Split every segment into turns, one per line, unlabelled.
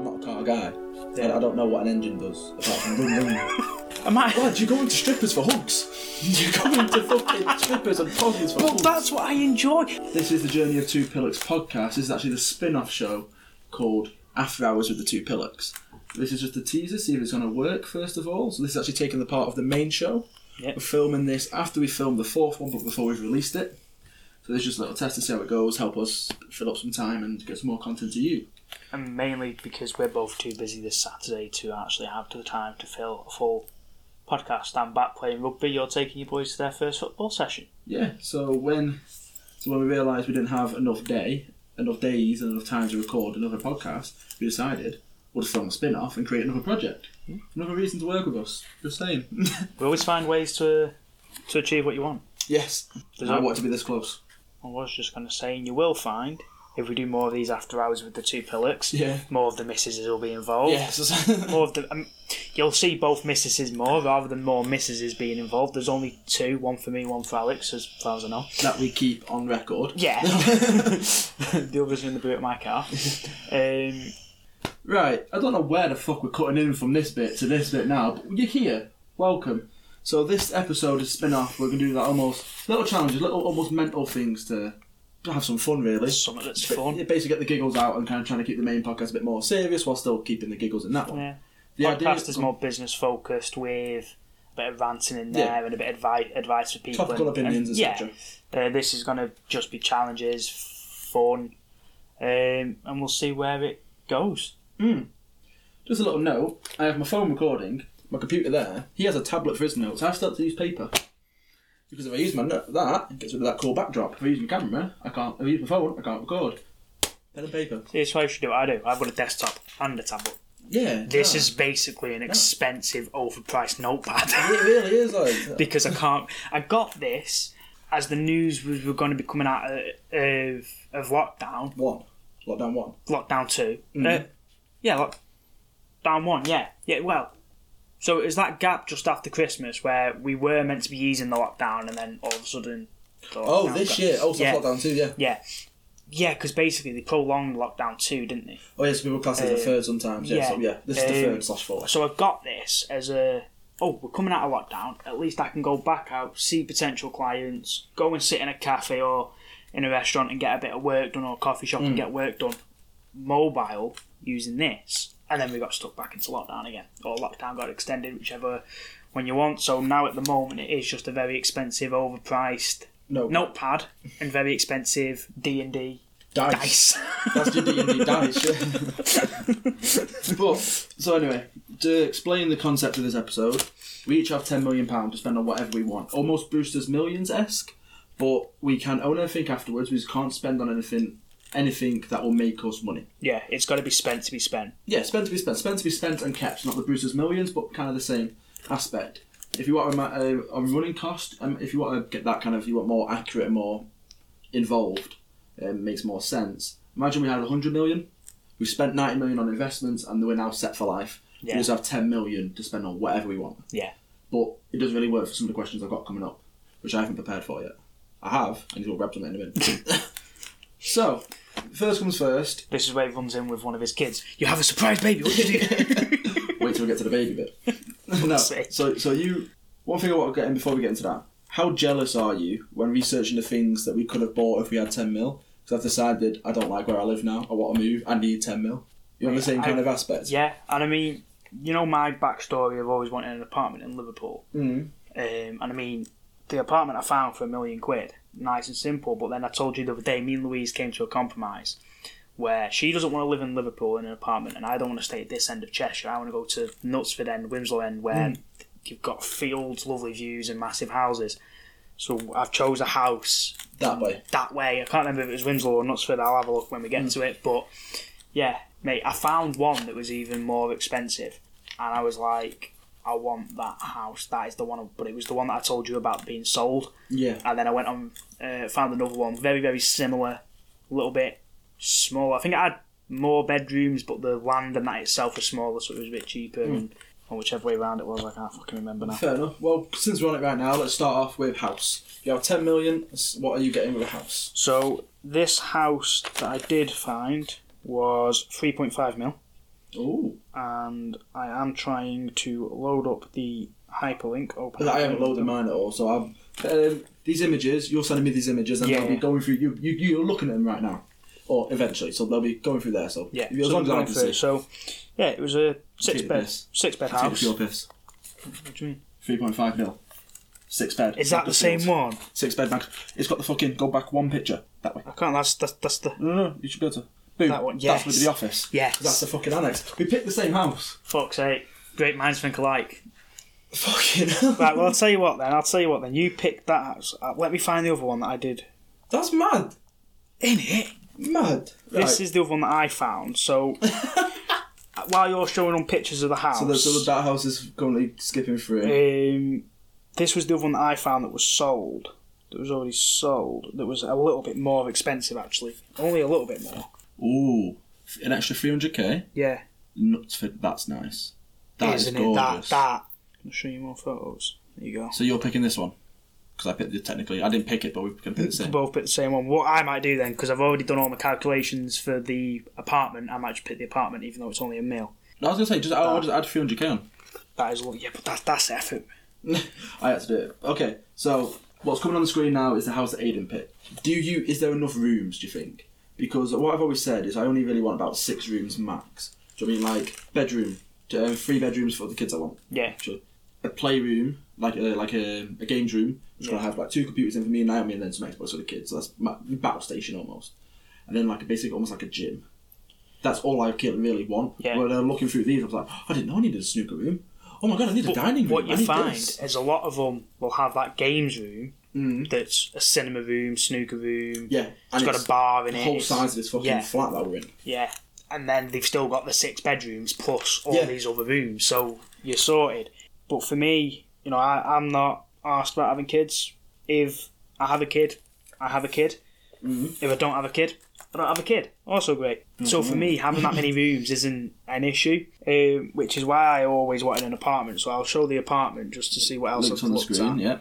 not a car guy. And I don't know what an engine does apart from run, run.
Am I?
Lad, you're going to strippers for hugs. You're going to fucking strippers and poggies for
Well,
hugs.
that's what I enjoy.
This is the Journey of Two Pillocks podcast. This is actually the spin-off show called After Hours with the Two Pillocks. This is just a teaser, see if it's going to work first of all. So this is actually taking the part of the main show.
Yep.
We're filming this after we filmed the fourth one, but before we've released it. So this is just a little test to see how it goes, help us fill up some time and get some more content to you.
And mainly because we're both too busy this Saturday to actually have the time to fill a full podcast. I'm back playing rugby. You're taking your boys to their first football session.
Yeah, so when so when we realised we didn't have enough day, enough days and enough time to record another podcast, we decided we'll just film a spin-off and create another project. Another reason to work with us. Just saying.
We always find ways to to achieve what you want.
yes.
Does
I
that-
want to be this close.
I was just going to say, and you will find if we do more of these after hours with the two pillocks,
Yeah.
more of the missuses will be involved.
Oh. Yes.
More of the, um, you'll see both missuses more rather than more missuses being involved. There's only two, one for me, one for Alex, as far as I know.
that we keep on record.
Yeah. the others are in the boot of my car. Um,
Right, I don't know where the fuck we're cutting in from this bit to this bit now, but you're here. Welcome. So this episode is spin off. We're gonna do that almost little challenges, little almost mental things to have some fun, really.
something that's
But
fun.
yeah, basically get the giggles out and kind of trying to keep the main podcast a bit more serious while still keeping the giggles in that one.
Yeah.
The
podcast is more business focused with a bit of ranting in there
Yeah.
and a bit of advice, advice for people.
Topical
and-
opinions,
and-
etc.
Yeah, uh, this is going to just be challenges, fun, um, and we'll see where it goes.
Just a little note: I have my phone recording, my computer there. He has a tablet for his notes. I've started to use paper because if I use my no- that, it gets rid of that cool backdrop. If I use my camera, I can't. If I use my phone, I can't record. Pen and paper.
This is how you should do it. I do. I've got a desktop and a tablet.
Yeah.
This
nah.
is basically
Ah.
an expensive, overpriced notepad.
It really is like. uh,
because I can't. I got this as the news was were going to be coming out of, of, of lockdown,
One. Lockdown one.
lockdown 2 Uh, yeah, lockdown one. Yeah, yeah. Well, so it was that gap just after Christmas where we were meant to be easing the lockdown, and then all of a sudden. the
Oh,
lockdown
this
got-
year. Also,
yeah,
lockdown two, yeah.
Yeah, yeah. Because basically they prolonged lockdown two, didn't they?
Oh, yes, we were classed as the
Uh,
third sometimes. Yeah,
yeah.
so yeah, this is the
Um,
third slash fourth.
So I've got this as a oh, we're coming out of lockdown. At least I can go back out, see potential clients, go and sit in a cafe or in a restaurant and get a bit of work done, or a coffee shop and get work done. Mobile using this, and then we got stuck back into lockdown again, or lockdown got extended, whichever when you want. So now at the moment, it is just a very expensive, overpriced
No,
notepad and very expensive D and D
dice.
dice.
That's your D and D dice. yeah. but so anyway, to explain the concept of this episode, we each have ten million pounds to spend on whatever we want. Almost Brewster's Millions esque, but we can own anything afterwards. We just can't spend on anything, anything that will make us money.
yeah, it's got to be spent to be spent.
Yeah, spend to be spent, spend to be spent and kept. Not the Brewster's Millions, but kind of the same aspect. If you want a, ma- a, a running cost, um, if you want to get that kind of, if you want more accurate and more involved, um, makes more sense. Imagine we had 100 million, we've spent 90 million on investments, and we're now set for life.
Yeah.
We just have 10 million to spend on whatever we want.
Yeah.
But it doesn't really work for some of the questions I've got coming up, which I haven't prepared for yet. I have, and you'll grab them in a minute. so, first comes first.
This is where he runs in with one of his kids. You have a surprise baby. What did you do?
Wait till we get to the baby bit. no.
sake.
So, so you. One thing I want to get in before we get into that. How jealous are you when researching the things that we could have bought if we had 10 mil? Because I've decided I don't like where I live now. I want to move. I need 10 mil. You have the same
I-
kind of aspect.
yeah, and I mean, you know my backstory of always wanting an apartment in Liverpool.
Mm.
Um, and I mean, the apartment I found for a million quid, nice and simple. But then I told you the other day, me and Louise came to a compromise where she doesn't want to live in Liverpool in an apartment, and I don't want to stay at this end of Cheshire. I want to go to Knutsford End, Wimslow End, where you've got fields, lovely views, and massive houses. So I've chose a house
That way.
that way. I can't remember if it was Winslow or Knutsford. I'll have a look when we get to it. But yeah, mate, I found one that was even more expensive, and I was like, I want that house. That is the one. But it was the one that I told you about being sold.
Yeah.
And then I went on, uh, found another one, very very similar, a little bit smaller. I think it had more bedrooms, but the land and that itself was smaller, so it was a bit cheaper. And, or whichever way around it was, I can't fucking remember now.
Fair enough. Well, since we're on it right now, let's start off with house. You have 10 million. s- What are you getting with a house?
So this house that I did find was 3.5 mil.
Oh,
and I am trying to load up the hyperlink. Open.
I haven't loaded mine at all. So I'm um, these images. You're sending me these images, and they'll be
Yeah.
going through. You, you you're looking at them right now, or eventually. So they'll be going through there. So
Yeah,
if- as
so
long as
we're
I
going
can
through.
see.
So, yeah, it was a six
Take the
bed,
piss.
six bed
Take
house.
your piss.
What do you mean?
Three point five mil. Six bed.
Is that the
Macclesfield.
same one?
Six bed back. It's got the fucking go back one picture that way.
I can't. That's that's, that's the
No, no, no, you should go to. Boom.
That one,
That's
yes.
with the office.
Yes.
That's the fucking annex. We picked the same house.
fuck's sake. Great minds think alike.
Fucking.
Right. Well, I'll tell you what then. I'll tell you what then. You picked that house. Uh, let me find the other one that I did.
That's mad.
In it.
Mad.
This is the other one that I found. So. While you're showing on pictures of the house,
So, the, so that house is currently skipping through.
Um, this was the other one that I found that was sold. That was already sold. That was a little bit more expensive, actually. Only a little bit more.
Ooh, an extra 300k.
Yeah.
Nuts for that's nice. That is
Isn't it? That,
gorgeous.
that. I'll show you more photos. There you go.
So you're picking this one because I picked it technically. I didn't pick it, but we can pick the
We
same.
both pick the same one. What I might do then, because I've already done all my calculations for the apartment, I might just pick the apartment, even though it's only a mil.
No, I was gonna say just I'll just add 300k on.
That is, yeah, but that, that's effort.
I had to do it. Okay, so what's coming on the screen now is the house that Aiden picked. Do you? Is there enough rooms? Do you think? Because what I've always said is I only really want about six rooms max. Do you know what I mean like bedroom, uh, three bedrooms for the kids I want.
Yeah.
Actually, a playroom like a like a, a games room. It's gonna
Yeah.
have like two computers in for me and Naomi, and then some Xbox for the kids. So that's ma- battle station almost, and then like a basic almost like a gym. That's all I can really want.
Yeah.
When I'm looking through these, I was like, "Oh, I didn't know I needed a snooker room. Oh my god, I need a dining room.
What
I
you
need
find
this.
is a lot of them will have that games room that's a cinema room, snooker room.
Mm-hmm. Yeah, and
it's got a bar in
the
it.
whole
it's-
size of this fucking
yeah.
flat that we're in.
Yeah. And then they've still got the six bedrooms plus all
Yeah.
these other rooms, so you're sorted. But for me, you know, I, I'm not asked about having kids. If I have a kid, I have a kid.
Mm-hmm.
If I don't have a kid, I don't have a kid. Also great. So for me, having that many rooms isn't an issue, um, which is why I always wanted an apartment. So I'll show the apartment just to see what else
Links
I've
on the
looked
screen.
at.
Yeah,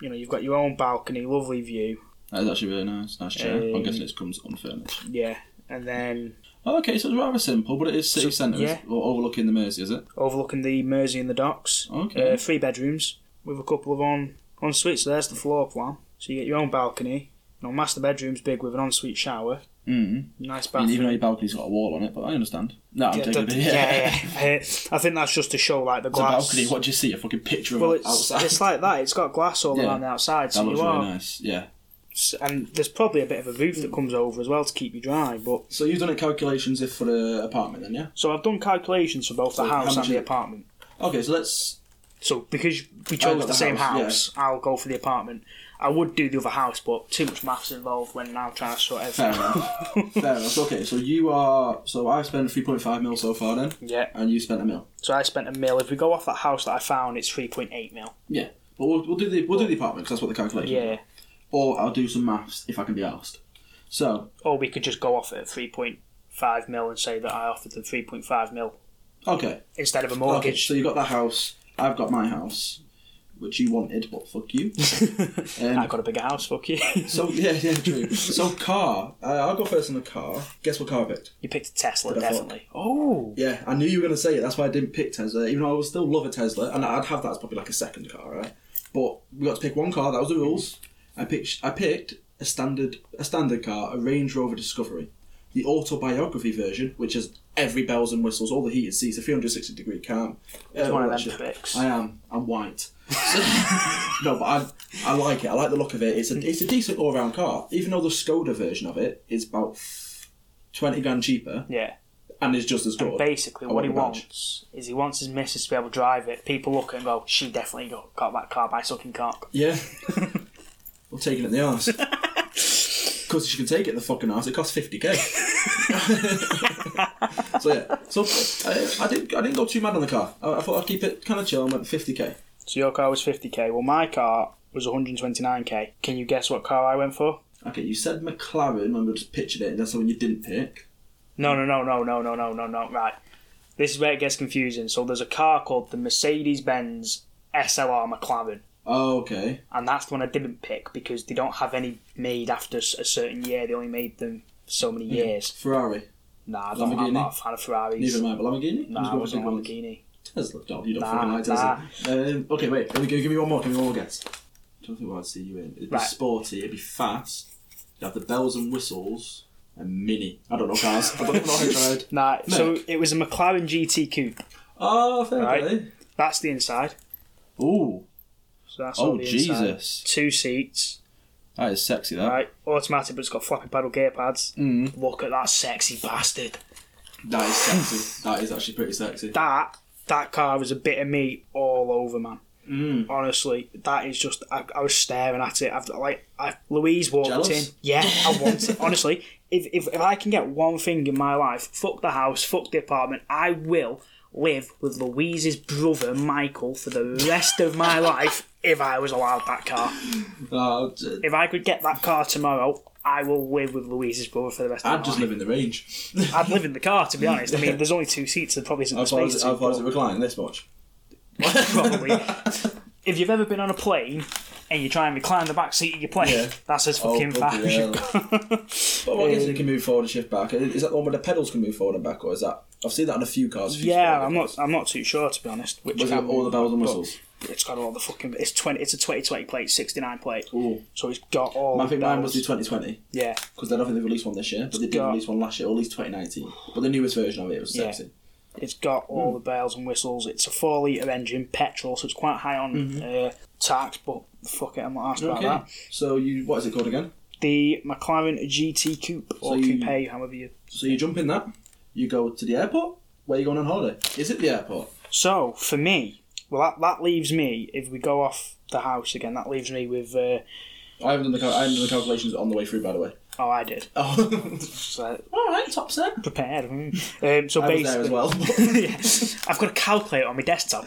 You know, you've got your own balcony, lovely view.
that is actually really nice. Nice chair. I'm
Um,
guessing it comes unfurnished.
Yeah, and then
Oh, okay, so it's rather simple, but it is city
So,
centre
yeah.
or overlooking the Mersey, is it?
overlooking the Mersey and the docks.
Okay.
Uh, three bedrooms with a couple of on en suites. So there's the floor plan. So you get your own balcony. You know, master bedroom's big with an ensuite shower.
mm
Nice
I mean, even
bathroom.
though your balcony's got a wall on it, but I understand. No, I'm
Yeah,
taking a
that-
bit.
yeah,
Yeah,
yeah. Uh, I think that's just to show like the
It's a
glass.
balcony. What do you see? A fucking picture of
well,
it
it's
outside.
it's like that. It's got glass all
Yeah.
around the outside,
that
so
looks
you
really
are.
nice. Yeah.
s- And there's probably a bit of a roof that comes over as well to keep you dry. But
So you've done it calculations if for the apartment, then yeah.
so I've done calculations for both the
So how much
house and the
is it?
apartment.
Okay, so let's.
So because we
got
chose the,
Oh, the
same
house, yeah.
house, I'll go for the apartment. I would do the other house, but too much maths involved when I'm trying to sort
Fair
everything. out.
enough. Fair enough. Okay, so you are. So I've spent three point five mil so far then,
yeah.
and you spent a mil.
So I spent a mil. If we go off that house that I found, it's three point eight mil.
Yeah, but we'll, we'll do the we'll do the apartment 'cause that's what the calculation. is.
Yeah.
Or I'll do some maths if I can be asked. So
Or we could just go off at three point five mil and say that I offered them three point five mil
okay,
instead of a
okay.
mortgage.
So you got that house. I've got my house, which you wanted, but fuck you.
I got a bigger house. Fuck you.
Um, So yeah, yeah, true. so car. Uh, I'll go first on the car. Guess what car I picked?
you picked a Tesla,
What the fuck?
definitely. Oh.
Yeah, I knew you were going to say it. That's why I didn't pick Tesla, even though I would still love a Tesla, and I'd have that as probably like a second car, right? But we got to pick one car. That was the rules. I picked. I picked a standard a standard car, a Range Rover Discovery, the autobiography version, which has every bells and whistles, all the heated seats, a 360 degree cam. Uh,
one
all
of
that
them
shit.
pricks.
I am. I'm white. no, but I, I like it. I like the look of it. It's a it's a decent all round car, even though the Skoda version of it is about twenty grand cheaper
Yeah.
and is just as good.
Basically,
I
what
want
he
the badge.
wants is he wants his missus to be able to drive it. People look and go, "She definitely got, got that car by sucking cock."
Yeah. We're taking it in the arse. Because you can take it in the fucking arse, it costs 50k. so yeah, so I, I didn't I didn't go too mad on the car. I, I thought I'd keep it kind of chill. and went 50k.
So your car was fifty k. Well, my car was one hundred twenty nine k. Can you guess what car I went for?
Okay, you said McLaren, and we just pictured it, and that's the one you didn't pick.
No, no, no, no, no, no, no, no, no. Right. This is where it gets confusing. So there's a car called the Mercedes Benz SLR McLaren,
Oh, okay.
and that's the one I didn't pick because they don't have any made after s- a certain year. They only made them so many years.
Ferrari.
Nah, I don't, I'm
Lamborghini?
not a fan of Ferraris.
Neither am I, but Lamborghini?
Nah, I
Who's
wasn't
got
a
the big ones?
Lamborghini.
Tesla. No, you don't
Nah,
fucking like Tesla. Um, okay, wait. Let me give, give me one more. Give me one more guess. I don't think what I'd see you in. It'd be
Right.
sporty. It'd be fast. You'd have the bells and whistles. And mini. I don't know cars. I don't know how I tried.
Nah, so
Look.
it was a McLaren GT Coupe.
Oh, fair
Right.
play.
That's the inside.
Ooh.
So that's all
Oh,
the Inside.
Jesus.
Two seats,
That is sexy, that.
right? Automatic, but it's got floppy pedal gear pads.
Mm.
Look at that sexy bastard.
That is sexy. that is actually pretty sexy.
That that car was a bit of me all over, man.
Mm.
Honestly, that is just I, I was staring at it. I've like I, Louise walked
Jealous?
in. Yeah, I want it. Honestly, if, if if I can get one thing in my life, fuck the house, fuck the apartment, I will live with Louise's brother Michael for the rest of my life if I was allowed that car.
Oh, d-
If I could get that car tomorrow, I will live with Louise's brother for the rest of my
I'd just
life.
live in the range.
I'd live in the car, to be honest. I mean, there's only two seats, so there probably isn't
How
the
far
space.
is it, how
to,
far
but
is it reclining this much?
probably. if you've ever been on a plane and you try and recline the back seat of your plane,
Yeah.
that's as fucking
Oh, bloody
Um, far as
hell.
you've got.
But what is it can move forward and shift back? Is that the one where the pedals can move forward and back, or is that? I've seen that on a few cars. a few
yeah,
sporty
I'm
cars.
not. I'm not too sure, to be honest. Which
Was it
can
all the
be,
bells and
but
whistles?
It's got all the fucking. It's twenty. It's a 2020 plate, 69 plate.
Ooh.
So it's got all.
I
the
think mine was
bells.
the 2020
Yeah,
because I don't think they released one this year, but they did
Yeah.
release one last year, or at least 2019. But the newest version of it was
Yeah.
sexy.
it's got all
Hmm.
the bells and whistles. It's a four liter engine, petrol, so it's quite high on uh, tax. But fuck it, I'm not asked about
Mm-hmm. Okay.
that.
So you, what is it called again?
the McLaren GT Coupe or
So you-
Coupe, however you.
So you jump in that, you go to the airport. Where are you going on holiday? Is it the airport?
So for me, well, that, that leaves me if we go off the house again. That leaves me with. Uh,
I haven't done the cal- I haven't done the calculations on the way through, by the way.
oh, I did.
Oh,
So
all right, top set.
prepared. mm. Um, so
I was
basically,
there as well.
yeah, I've got a calculator on my desktop.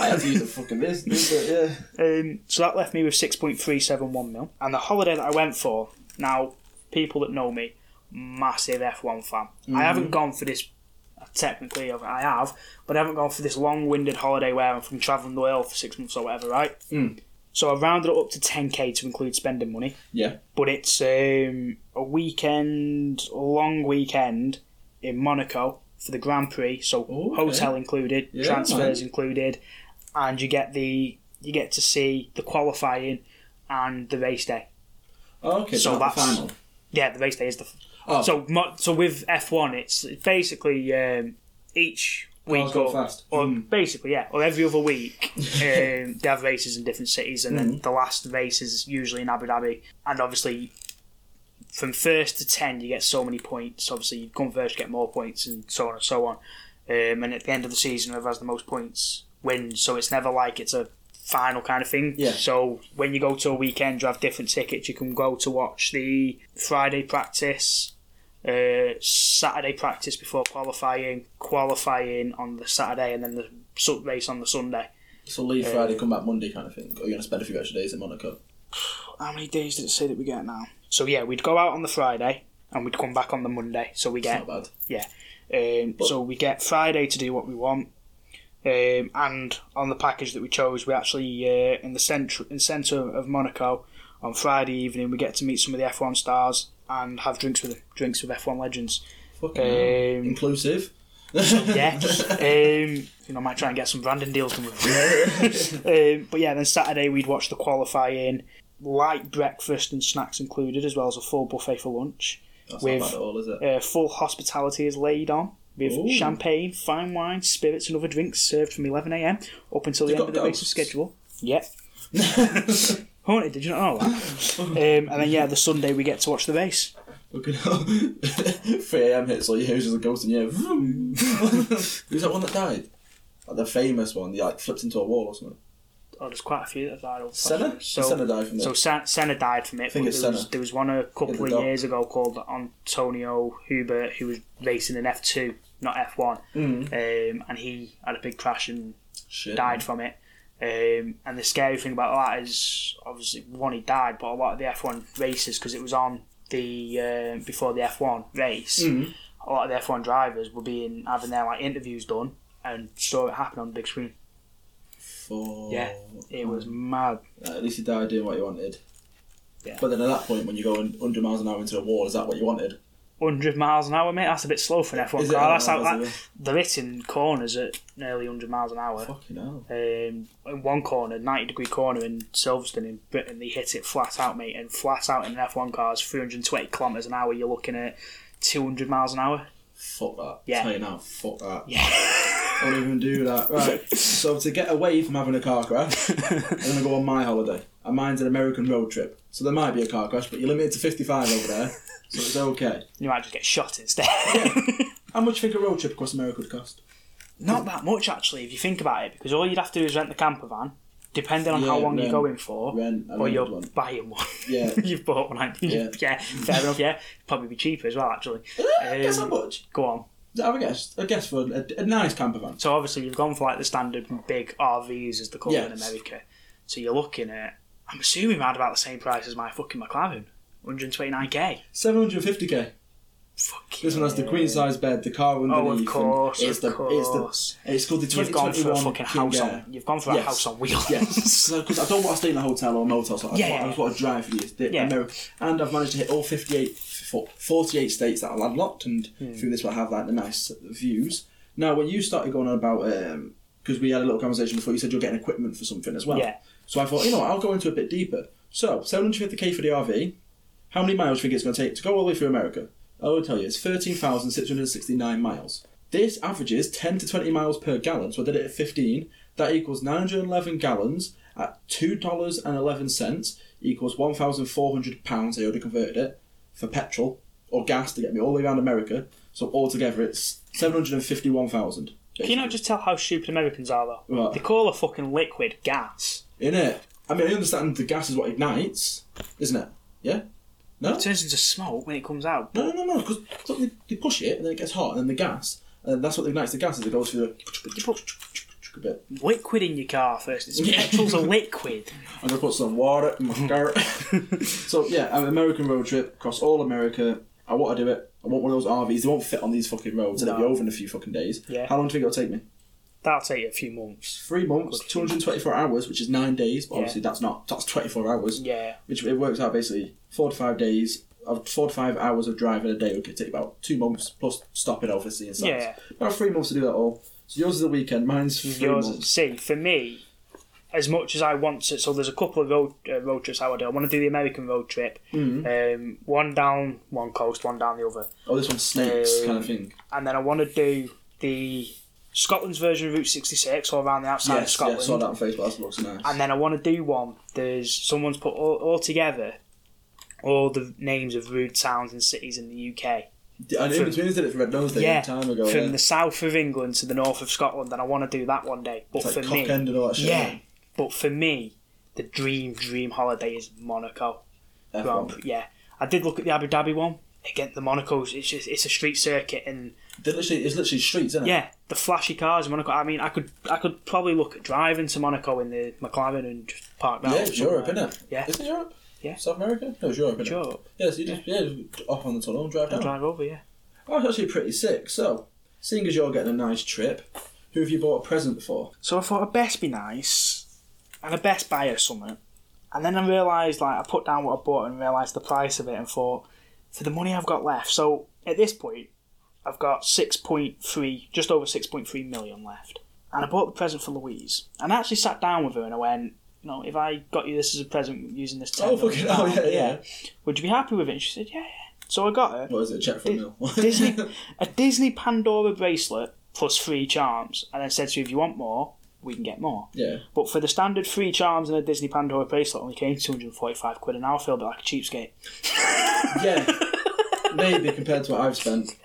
I had to use the fucking this. this uh, yeah.
um, so that left me with six point three seven one mil. And the holiday that I went for now, people that know me, massive F one fan.
Mm-hmm.
I haven't gone for this. uh, Technically, I have, but I haven't gone for this long-winded holiday where I'm from traveling the world for six months or whatever, right?
Mm.
So I rounded it up to 10k to include spending money.
Yeah.
But it's um, a weekend, a long weekend in Monaco for the Grand Prix. So
Oh, okay.
hotel included,
Yeah,
transfers
man.
included, and you get the you get to see the qualifying and the race day.
Oh, Okay.
So
So that's the
that's-
final.
Yeah, the race day is the
Oh,
so mo- so with F one. It's basically um, each
Cars
week
go
or,
fast.
or
Mm.
basically yeah, or every other week um, they have races in different cities, and then the last race is usually in Abu Dhabi. And obviously, from first to ten, you get so many points. Obviously, you come first, you get more points, and so on and so on. Um, and at the end of the season, whoever has the most points wins. So it's never like it's a final kind of thing.
Yeah.
So when you go to a weekend, you have different tickets. You can go to watch the Friday practice, uh, Saturday practice before qualifying, qualifying on the Saturday, and then the sub race on the Sunday.
so leave Friday, come back Monday, kind of thing. Or you're gonna spend a few extra days in Monaco.
How many days did it say that we get now? So yeah, we'd go out on the Friday and we'd come back on the Monday. So we
It's
get
Not bad.
Um, so we get Friday to do what we want, um, and on the package that we chose, we actually uh, in the centre in centre of Monaco on Friday evening we get to meet some of the F one stars and have drinks with them, drinks with F one legends.
Fucking hell.
Um,
inclusive.
yeah, um, you know, I might try and get some branding deals done with it. um, but yeah, then Saturday we'd watch the qualifying, light breakfast and snacks included, as well as a full buffet for lunch
That's
With-
not bad at all, is it?
uh, full hospitality is laid on with
Ooh.
champagne, fine wine, spirits, and other drinks served from 11 a.m. up until the
You
end of
got
the race
ghosts?
schedule. Yep. Haunted, did you not know that? um, and then, yeah, the Sunday we get to watch the race.
Fucking hell. 3 a.m. hits all you hear is just a ghost in your head. Who's that one that died? Like the famous one, he like flipped into a wall or something.
Oh, there's quite a few that have died. over-
Senna?
So,
Senna died from
so
there.
Sen- Senna died from it.
think
but
it's
there, was,
Senna.
there was one a couple
the
of
dog.
years ago called Antonio Hubert, who was racing in F2, not F1.
Mm.
Um, and he had a big crash and
Shit.
died from it. Um, and the scary thing about that is obviously one he died, but a lot of the F1 races because it was on the um before the F1 race,
Mm.
a lot of the F1 drivers were being having their like interviews done and saw it happen on the big screen.
For...
Yeah, It was mad.
Uh, at least he died doing what he wanted.
Yeah.
But then at that point, when you go in 100 miles an hour into a wall, is that what you wanted?
100 miles an hour, mate. That's a bit slow for an F1
Is it?
car. That's
Oh,
how,
is it?
that, they're hitting corners at nearly 100 miles an hour.
Fucking hell.
Um, in one corner, 90 degree corner in Silverstone in Britain, they hit it flat out, mate. And flat out in an F1 car is 320 kilometres an hour. You're looking at 200 miles an hour.
Fuck that.
Yeah.
Tell you now, fuck that.
Yeah.
I won't even do that. Right. So to get away from having a car crash, I'm gonna go on my holiday. And mine's an American road trip. So there might be a car crash, but you're limited to fifty five over there. So it's okay.
You might just get shot instead.
How much do you think a road trip across America would cost?
Not that much, actually, if you think about it, because all you'd have to do is rent the camper van, depending on how
Yeah,
long
rent-
you're going for,
rent a
or
rented
you're
one.
buying one.
Yeah.
You've bought one, haven't you?
Yeah.
Yeah. fair enough, yeah. It'd probably be cheaper as well, actually.
Eh, Guess how
Um,
much?
Go on.
I guess. I guess for a, a nice camper van.
So obviously you've gone for like the standard big RVs as they're called in
Yes.
America. So you're looking at, I'm assuming around about the same price as my fucking McLaren, 129k.
Seven hundred and fifty k.
Fuck
This one has the queen size bed, the car underneath.
Oh, of
and
course,
It's
of
the,
course.
It's the. It's called the
You've gone for a
2021
fucking house
King Air.
on. You've gone for a
Yes.
house on wheels.
Yes, because I don't want to stay in a hotel or a motel. So I,
Yeah,
just want, I
yeah,
just want to drive for these. The
Yeah.
Ameri- and I've managed to hit all 58, fo- 48 states that I'll unlocked, and
Hmm.
through this we'll have like the nice views. Now, when you started going on about, because we had a little conversation before, you said you're getting equipment for something as well.
Yeah.
So I thought, you know, what, I'll go into a bit deeper. So 750k for the RV. How many miles do you think it's going to take to go all the way through America? I will tell you, it's 13,669 miles. This averages 10 to 20 miles per gallon, so I did it at 15. That equals 911 gallons at $2.11, equals £1,400. I already converted it for petrol or gas to get me all the way around America. So altogether, it's 751,000.
Can you not just tell how stupid Americans are though?
What?
They call a fucking liquid gas.
In it. I mean, I understand the gas is what ignites, isn't it? Yeah? No?
It turns into smoke when it comes out.
No, no, no, no, because they, they push it and then it gets hot and then the gas, and that's what ignites the gas as it goes through
You put
the bit.
liquid in your car first. It's
Yeah.
petrol's a liquid.
I'm gonna put some water in my car. so yeah, an American road trip across all America. I want to do it. I want one of those RVs. They won't fit on these fucking roads, and it'll be
No.
over in a few fucking days.
Yeah.
How long do you think it'll take me?
That'll take you a few months.
Three months, 224 hours, which is nine days. But obviously, that's not that's 24 hours.
Yeah.
Which it works out basically four to five days. Of four to five hours of driving a day would take about two months plus stopping obviously and stuff.
Yeah.
About three months to do that all. So yours is the weekend, mine's three
yours.
months.
See, for me, as much as I want to, so there's a couple of road uh, road trips I want to do. I want to do the American road trip,
Mm-hmm.
um, one down one coast, one down the other,
Oh, this one's snakes
Um,
kind of thing.
and then I want to do the Scotland's version of Route 66, or around the outside of
Yes, yeah,
Scotland.
saw that on Facebook. That looks nice.
And then I want to do one. There's someone's put all, all together all the names of rude towns and cities in the UK.
And in
from-
between did it for Red Nose Day
yeah,
a time ago. uh,
from
yeah.
the south of England to the north of Scotland, and I want to do that one day. But
It's
for
like
me,
cock end and all that shit.
Yeah, but for me, the dream dream holiday is Monaco.
F1.
Grand Prix. Yeah, I did look at the Abu Dhabi one against the Monaco's. It's just it's a street circuit, and
They're literally, it's literally streets, isn't it?
yeah, the flashy cars in Monaco. I mean, I could I could probably look at driving to Monaco in the McLaren and just park that.
Yeah,
up
it's Europe,
somewhere.
isn't it?
Yeah.
Is it Europe?
Yeah.
South America? No, it's Europe, isn't it?
Sure,
Yeah, so you just, yeah. just off on the tunnel and drive down.
and drive over. Yeah,
Oh, it's actually pretty sick. So, seeing as you're getting a nice trip, who have you bought a present for?
so I thought I'd best be nice, and I best buy her something, and then I realised like I put down what I bought and realised the price of it, and thought for the money I've got left. So at this point, I've got 6.3, just over 6.3 million left. And I bought the present for Louise. And I actually sat down with her and I went, you know, if I got you this as a present using this
Oh,
$10
fucking hell, yeah, yeah.
would you be happy with it? And she said, yeah, yeah. So I got her
What is it, a check from Mill?
Disney, a Disney Pandora bracelet plus three charms, and then said to you, if you want more, we can get more.
yeah.
But for the standard three charms and a Disney Pandora bracelet, only came 245 quid, and now I feel a bit like a cheapskate.
Yeah. Maybe compared to what I've spent.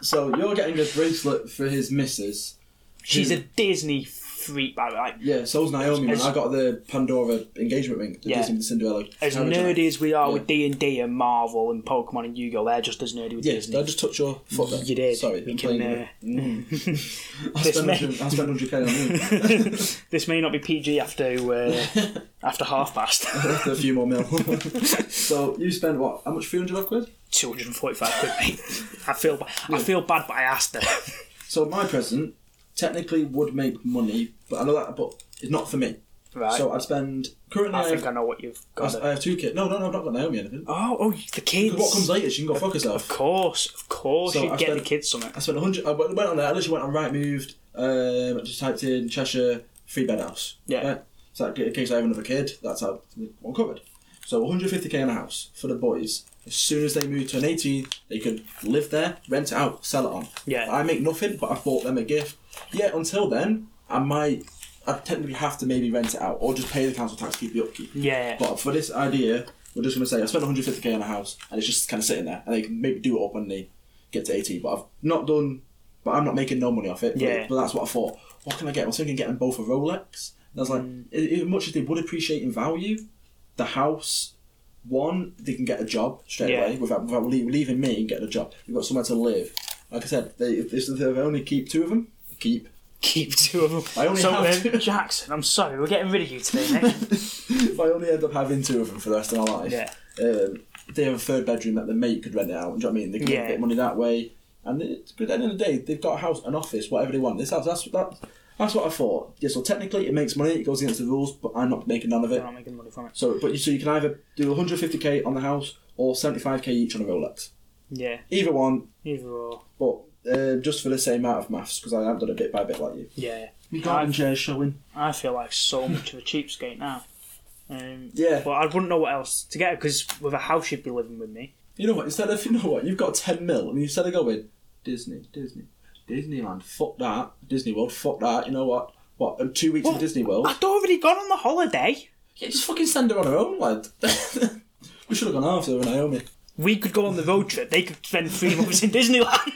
So, you're getting a bracelet for his missus.
She's a Disney freak, by the way. Like,
Yeah, so's Naomi, man.
As-
I got the Pandora engagement ring, the
Yeah.
Disney Cinderella.
as
carriage
nerdy
ring.
as we are with D and D and Marvel and Pokemon and Yu-Gi-Oh, they're just as nerdy with
Yeah, did
Disney.
I just touch your foot there?
You did.
Sorry,
We
I'm
can,
playing
uh,
with it. Mm. I spent
may-
100 I spent 100k on you.
This may not be PG after uh, after half past.
After a few more mil. so, you spent what? How much? 300 odd quid?
Two hundred and forty-five quid, mate. I feel ba- I feel bad, but I asked her.
So, my present technically would make money, but I know that, but it's not for me.
Right.
So I'd spend currently.
I
I,
think
have,
I know what you've
I
got.
have-
there.
I have two kids. No, no, no, I've not got Naomi anything.
oh, oh, the kids.
What comes later? She can go fuck
Of
herself.
course, of course,
So
you
I've
get
spent-
the kids something.
I spent a hundred. I went went on there. I literally went on right moved. Um, I just typed in Cheshire free bed house.
Yeah.
Right? So that, in case I have another kid, that's how I'm covered. So 150k in a house for the boys. As soon as they move to an 18, they can live there, rent it out, sell it on.
Yeah.
I make nothing, but I bought them a gift. Yeah. Until then, I might. I technically have to maybe rent it out or just pay the council tax, keep the upkeep.
Yeah.
But for this idea, we're just going to say I spent 150k on a house and it's just kind of sitting there, and they can maybe do it up when they get to 18. But I've not done, but I'm not making no money off it. But,
Yeah.
but that's what I thought. What can I get? I was thinking getting both a Rolex. And I was like,
Mm.
as as much as they would appreciate in value, the house. One, they can get a job straight
Yeah.
away without, without lea- leaving me and get a job. You've got somewhere to live. Like I said, they if this- if they only keep two of them, keep.
Keep two of them.
I only
so,
have
um,
two.
Jackson, I'm sorry, we're getting rid of you today, Nick.
if I only end up having two of them for the rest of my life,
Yeah.
um, they have a third bedroom that the mate could rent it out. Do you know what I mean? They can
Yeah.
make a bit of money that way. And it, but at the end of the day, they've got a house, an office, whatever they want. This house, that's that, that's what I thought. Yeah, so technically, it makes money. It goes against the rules, but I'm not making none of it.
I'm not making money from it.
So, but you, so you can either do 150k on the house or 75k each on a Rolex.
Yeah,
Either one,
either or.
but uh, just for the same amount of maths because I have done it bit by bit like you.
Yeah.
You
garden
chairs showing.
I feel like so much of a cheapskate now. Um,
Yeah.
But I wouldn't know what else to get because with a house you'd be living with me.
You know what? Instead of you know what, you've got ten mil, and instead of going Disney, Disney, Disneyland, fuck that, Disney World, fuck that. You know what? What? um, two weeks in Disney World.
I'd already gone on the holiday.
Yeah, just fucking send her on her own, lad. we should have gone after her and Naomi.
We could go on the road trip. They could spend three months in Disneyland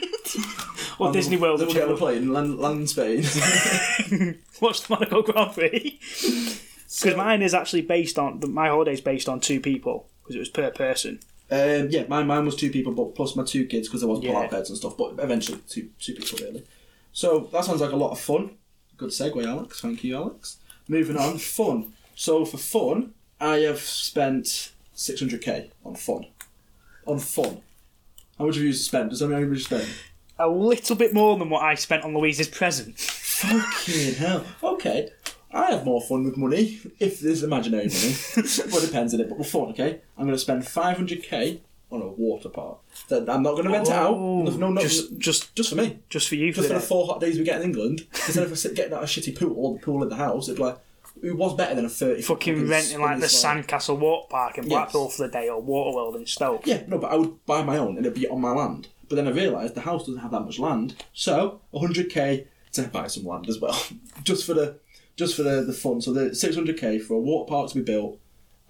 or Disney World.
Then we'll get on a
whichever one.
plane and land, land in Spain.
Watch the Monaco Grand Prix. Because mine is actually based on my holiday's based on two people because it was per person.
um, yeah, my mine was two people, but plus my two kids because there was
Yeah.
pull-out beds and stuff. But eventually, two two people really. So that sounds like a lot of fun. Good segue, Alex. Thank you, Alex. Moving on, fun. So for fun, I have spent 600k on fun. On fun. How much have you spent? Does anyone have you spent?
A little bit more than what I spent on Louise's present.
Fucking hell. Okay. I have more fun with money, if there's imaginary money. well, it depends on it, but we're fun, okay? I'm going to spend 500k on a water park. That I'm not going to rent it out.
Oh,
No, no,
just, just,
just for me.
just for you.
Just
for
for the
that.
four hot days we get in England, instead of us getting out a shitty pool or the pool in the house, it'd be like, who was better than a 30
fucking renting like the
spinny slide?
Sandcastle Walk Park in Blackpool for the day or Waterworld in Stoke.
Yeah, no, but I would buy my own and it'd be on my land. But then I realised the house doesn't have that much land, so 100k to buy some land as well, just for the just for the, the fun. So the 600k for a water park to be built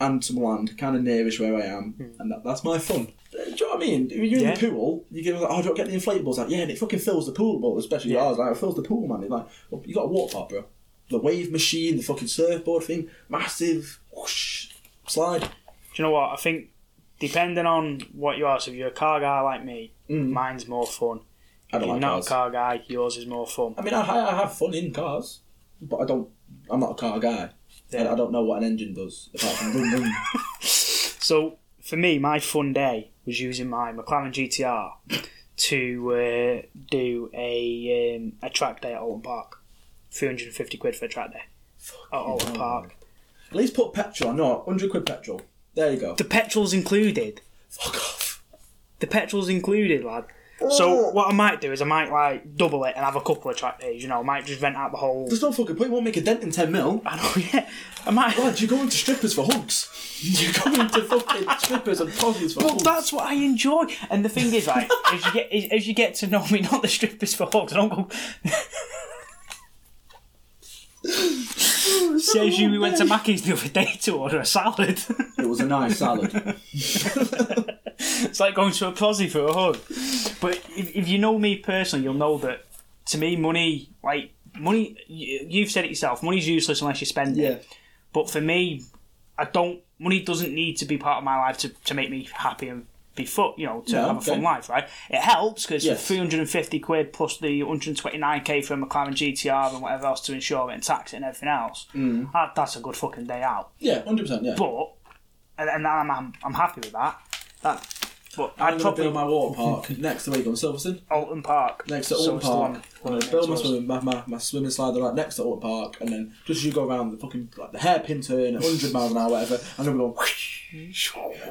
and some land, kind of nearish where I am, and that, that's my fun. Uh, Do you know what I mean? If You're
Hmm. Yeah.
in the pool, you get like, oh, do I get the inflatables? Like, yeah, and it fucking fills the pool, well, especially
Yeah.
ours. Like, it fills the pool, man. It's like, well, you got a water park, bro. The wave machine, the fucking surfboard thing, massive whoosh, slide.
Do you know what? I think depending on what you are, so if you're a car guy like me, mine's more fun.
Mm. I
If
don't
you're
like
not
cars.
a car guy, yours is more fun.
I mean, I, I have fun in cars, but I don't. I'm not a car guy.
Yeah.
I, I don't know what an engine does apart from vroom, vroom.
So for me, my fun day was using my McLaren GTR to uh, do a um, a track day at Alton Park. 350 quid for a track day at Alton
hell.
Park.
At least put petrol. on. No, hundred quid petrol. There you go.
The petrol's included.
Fuck off.
The petrol's included, lad. So what I might do is I might like double it and have a couple of track days. You know, I might just rent out the whole.
There's no fucking point. It won't make a dent in ten mil.
I know, yeah. I might.
Lad, you're going to strippers for hunks. You're going to fucking strippers and posses for
Well,
hunks.
that's what I enjoy. And the thing is, right, as you get as you get to know me, not the strippers for hogs. I don't go. Says you, we went to Mackey's the other day to order a salad.
It was a nice salad.
it's like going to a prosy for a hug. But if, if you know me personally, you'll know that to me, money, like money, you, you've said it yourself. Money's useless unless you spend it.
yeah.
But for me, I don't. Money doesn't need to be part of my life to, to make me happy and be fun. You know, to
No,
have a fun
okay.
life, right? It helps because
Yes.
350 quid plus the 129k for a McLaren GTR and whatever else to insure it and tax it and everything else.
Mm.
That, that's a good fucking day out.
Yeah. Hundred percent. Yeah.
But and, and I'm, I'm I'm happy with that. That But
I'm
I'd
going to
probably
build my water park next to where you go in Silverstone,
Alton Park.
next to
So
Alton
it's the
Park.
one
I'm going to
next
build
to
my
us.
swimming, my, my, my swimming slider right next to Alton Park, and then just as you go around the fucking like the hairpin turn at 100 miles an hour, whatever, and then we go,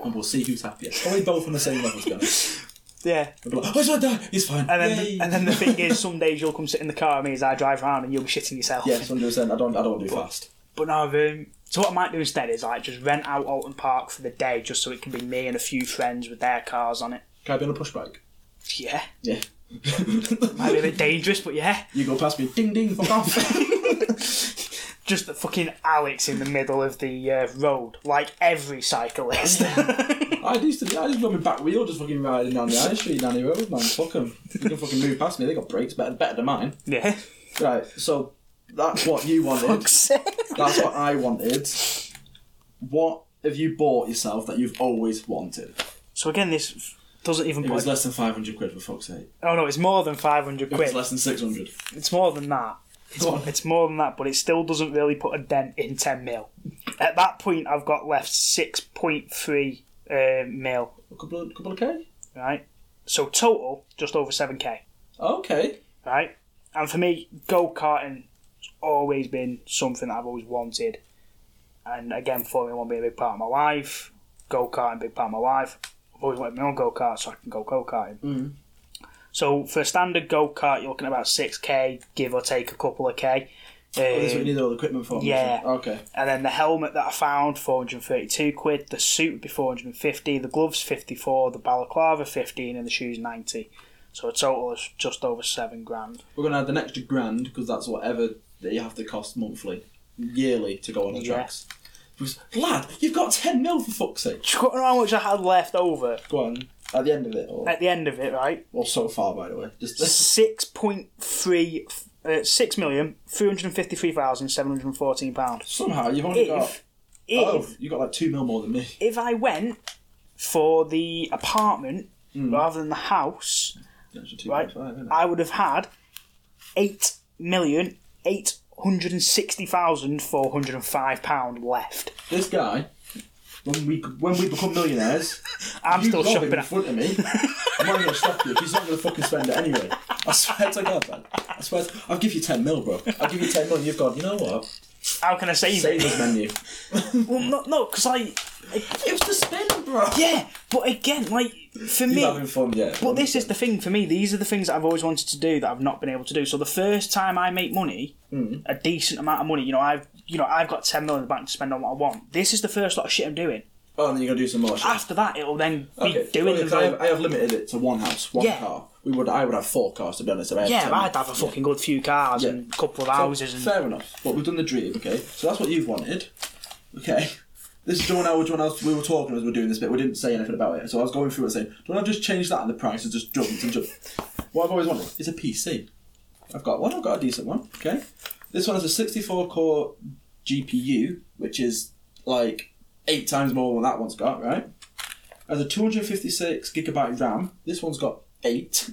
and we'll see who's happier. Probably both on the same level, to be honest.
Yeah,
We'll be like, oh, he's gonna die. He's fine.
and then
Yay.
and then the thing is, some days you'll come sit in the car with me as I drive around, and you'll be shitting yourself.
yes, 100. percent I don't. I don't do fast.
But no, I've, um, so what I might do instead is like just rent out Alton Park for the day, just so it can be me and a few friends with their cars on it.
Can I be on a push bike?
Yeah,
Yeah.
might be a bit dangerous, but yeah,
you go past me, ding ding, fuck off.
just the fucking Alex in the middle of the uh, road, like every cyclist.
I used to, I just got my back wheel just fucking riding down the high street, down the road, man. Fuck 'em. You can fucking move past me. They got brakes better, better than mine.
yeah,
Right. So that's what you wanted. that's what I wanted. What have you bought yourself that you've always wanted?
So again, this f- doesn't even.
It was
Put,
less than five hundred quid for fuck's sake.
oh no, it's more than five hundred
It was
quid.
less than six hundred.
It's more than that. It's,
Go on.
it's more than that, but it still doesn't really put a dent in 10 mil. At that point, I've got left 6.3 uh, mil,
A couple of couple of k.
right? So total, just over 7k,
Okay.
right? And for me, go karting has always been something that I've always wanted. And again, Formula 1 being a big part of my life, go karting, big part of my life. I've always wanted my own go kart so I can go go karting.
Mm.
So for a standard go kart, you're looking at about 6k, give or take a couple of k.
Oh, this is what
Um,
you need all the equipment for.
Yeah.
Okay.
And then the helmet that I found, 432 quid. The suit would be 450. The gloves, 54. The balaclava, 15. And the shoes, 90. So a total of just over seven grand.
We're gonna add an extra grand because that's whatever that you have to cost monthly, yearly to go on the
Yeah.
tracks. Because, Lad, you've got ten mil for fuck's sake.
Do you know how much I had left over
Go on. At the end of it, or,
at the end of it, right?
or so far, by the way. Just this.
6.3... Uh, six million three hundred fifty-three thousand seven hundred fourteen pounds.
Somehow you've only got.
If, if,
Oh, you got like two mil more than me.
if I went for the apartment rather than the house,
Extra two
right?
point five, Hmm. isn't it?
I would have had eight million eight hundred and sixty thousand four hundred and five pound left.
This guy, when we when we become millionaires,
I'm
you
still
rob
shopping.
him in front of me. I'm not gonna stop you. He's not gonna fucking spend it anyway. I swear to God, man. I swear. To, I'll give you ten mil, bro. I'll give you ten mil. And you've gone. You know what?
How can I save it?
Savers menu.
Well, no, no, because I
It was the spin, bro.
yeah, but again, like for
He's
me.
having fun, yeah.
But this is the thing for me. These are the things that I've always wanted to do that I've not been able to do. So the first time I make money,
Hmm.
a decent amount of money, you know, I've you know I've got ten million in the bank to spend on what I want. This is the first lot of shit I'm doing.
Oh, and then you're gonna do some more. Shit.
After that, it'll then be
Okay,
doing
okay,
the
'cause I, have, I have limited it to one house, one
Yeah.
car. We would, I would have four cars to be honest. if I had
Yeah,
10.
but I'd have a fucking good few cars
Yeah.
and a couple of
So,
houses and
Fair enough. But we've done the dream, okay? So that's what you've wanted, okay? This is the one I was, when I was, we were talking as we were doing this bit. We didn't say anything about it. So I was going through it saying, do I just change that and the price has just jumped and jumped? What I've always wanted is a PC. I've got one, I've got a decent one, okay? This one has a 64 core GPU, which is like eight times more than that one's got, right? Has a 256 gigabyte RAM. This one's got eight,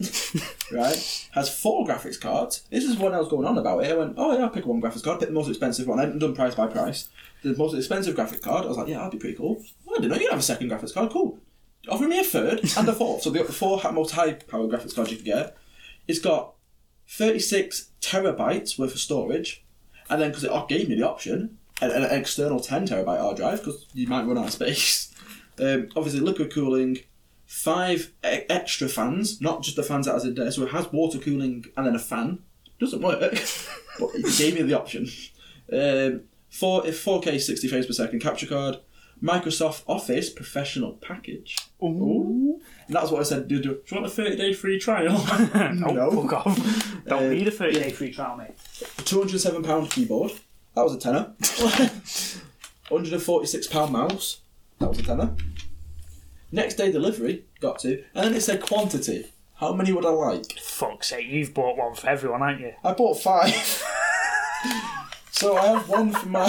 right? Has four graphics cards. This is what I was going on about it. I went, oh yeah, I'll pick one graphics card, pick the most expensive one. I hadn't done price by price. The most expensive graphic card, I was like, yeah, that'd be pretty cool. Oh, I didn't know you'd have a second graphics card, cool. Offering me a third and a fourth. So the four ha- most high power graphics cards you can get. It's got 36 terabytes worth of storage, and then because it gave me the option, an, an external 10 terabyte hard drive because you might run out of space. Um, obviously, liquid cooling, five e- extra fans, not just the fans that was in there. So it has water cooling and then a fan. Doesn't work, but it gave me the option. Um, four, 4K 60 frames per second capture card, Microsoft Office Professional Package. Ooh. And that's what I said. Do, do, do you want a 30 day free trial?
Oh, fuck off. Don't
Uh,
need a 30 day free trial, mate.
Two hundred seven pound keyboard. That was a tenner. Hundred and forty six pound mouse. That was a tenner. Next day delivery got to, and then it said quantity. How many would I like?
Fuck's sake, you've bought one for everyone, haven't you?
I bought five. so I have one for my.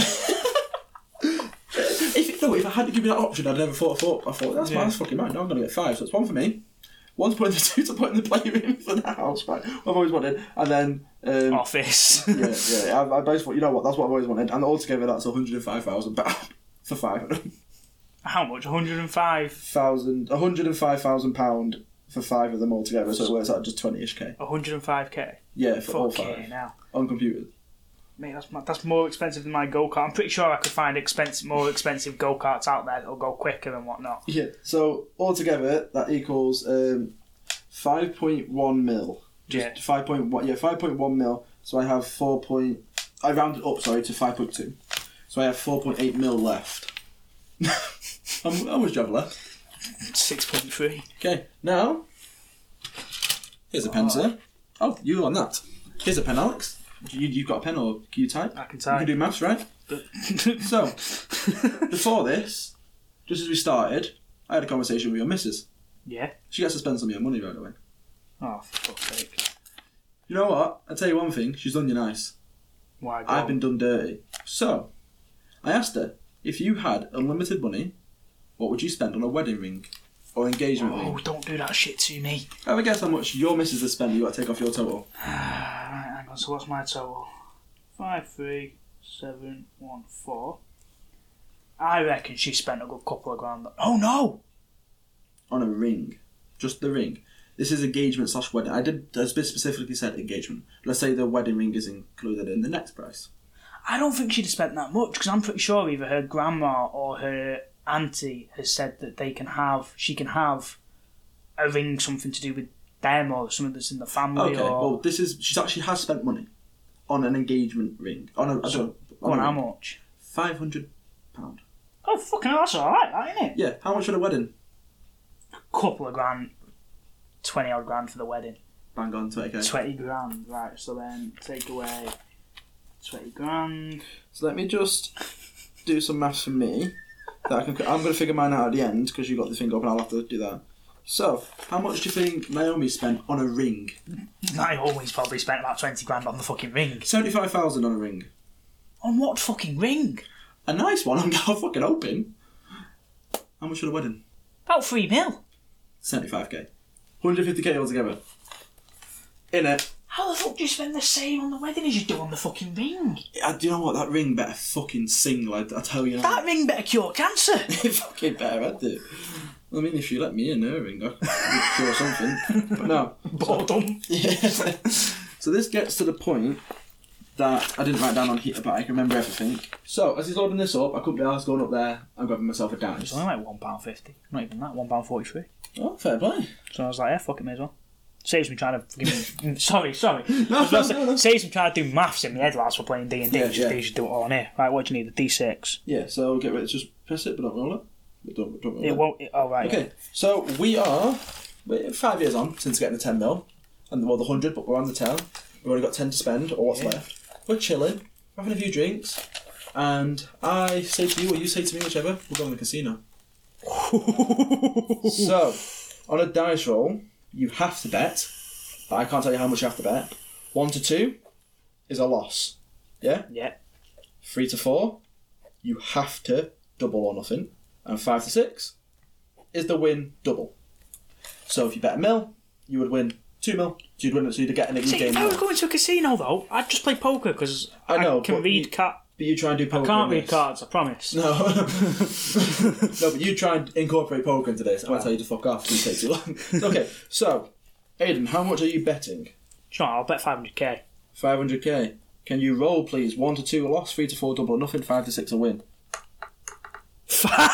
if no, if I had to give me that option, I'd never thought. I thought I thought that's, mine, that's fucking mine. Now I'm gonna get five. So it's one for me. One to put in the two to put in the playroom for the house. Right, I've always wanted, and then. Um,
Oh. Office.
yeah, yeah. I, I basically, you know what? That's what I've always wanted, and altogether, that's one hundred and five thousand pound for five of them.
How much? 105,
thousand, one hundred and five thousand pound for five of them all together, so it works out just twenty ish k.
105k.
Yeah, for all
Fucking
five
hell.
uncomputed.
Mate, that's, mo- that's more expensive than my go kart. I'm pretty sure I could find expensive, more expensive go karts out there that'll go quicker and whatnot.
Yeah. So altogether, that equals um, five point one mil. Just
Yeah.
five point one. Yeah, five point one mil. So I have four point. I rounded up, sorry, to five point two. So I have four point eight mil left. How mu- how much do you have left?
6.3.
Okay. Now, here's a pen,
Ah.
sir. Oh, you on that? Here's a pen, Alex. You, you've got a pen, or can you type?
I can
You
type.
can do maths, right? So, before this, just as we started, I had a conversation with your missus.
yeah.
She gets to spend some of your money right away.
Oh, for fuck's sake.
You know what? I'll tell you one thing. She's done you nice.
Why? go
I've
on.
been done dirty. So, I asked her if you had unlimited money, what would you spend on a wedding ring or engagement
Oh,
ring?
don't do that shit to me.
Have a guess how much your missus has spent. You got to take off your total.
Alright, hang on, so what's my total? Five, three, seven, one, four. I reckon she spent a good couple of grand. Oh no!
on a ring, just the ring. This is engagement slash wedding. I did I spe- specifically said engagement. Let's say the wedding ring is included in the next price.
I don't think she'd have spent that much because I'm pretty sure either her grandma or her auntie has said that they can have, she can have a ring something to do with them or something that's in the family
Okay.
or.
Well, this is she's actually has spent money on an engagement ring on a,
So, go on, how much?
five hundred pound.
Oh, fucking hell, that's alright, that ain't it?
Yeah, how much for the wedding?
Couple of grand, 20 odd grand for the wedding.
Bang on twenty k.
20 grand, right, so then take away 20 grand.
So let me just do some maths for me. That I can, I'm going to figure mine out at the end because you got the thing up and I'll have to do that. So, how much do you think Naomi spent on a ring?
I always probably spent about 20 grand on the fucking ring.
Seventy-five thousand on a ring.
On what fucking ring?
A nice one. I'm fucking hoping. How much for the wedding?
About 3 mil.
75k. 150k altogether. In it.
How the fuck do you spend the same on the wedding as you do on the fucking ring?
I, do you know what? That ring better fucking sing, lad. I tell you. now.
That ring better cure cancer.
It fucking better, had it. I mean, if you let me in her ring, I could cure something. But no.
Boredom.
so this gets to the point that I didn't write down on here, but I can remember everything. So, as he's loading this up, I couldn't be arsed going up there. I'm grabbing myself a dice.
It's only like £1.50. Not even that, £1.43.
Oh, fair play.
So I was like, yeah, fuck it, may as well. Saves me trying to. Fucking, sorry, sorry.
No, no, no, no.
Saves me trying to do maths in my head whilst we're playing D and D.
Yeah,
You
yeah.
should do- you should do it all on here. Right, what do you need? The D six.
Yeah, so get ready. Just press it, but don't roll it. But don't, don't roll
It won't. It, oh right. yeah.
Okay, so we are we're five years on since getting the 10 mil, and well, the 100, but we're on the 10. We've only got 10 to spend, or what's left. We're chilling, having a few drinks, and I say to you, or you say to me, whichever, we're going to the casino. so, on a dice roll, you have to bet, but I can't tell you how much you have to bet. One to two is a loss. Yeah?
Yeah.
Three to four, you have to double or nothing. And five to six is the win double. So if you bet a mil, you would win two mil. So you'd win, so you'd get an even
See, oh
game.
if I
more.
was going to a casino though, I'd just play poker because
I know,
can
but
read
you-
cat.
But you try and do poker.
Can't
in
read
this.
cards. I promise.
No. no, but you try and incorporate poker into this. I'm going to tell you to fuck off. You take too long. okay, so, Aiden, how much are you betting?
Sure, I'll bet 500k.
500k. Can you roll, please? One to two a loss, three to four double or nothing, five to six a win.
Five?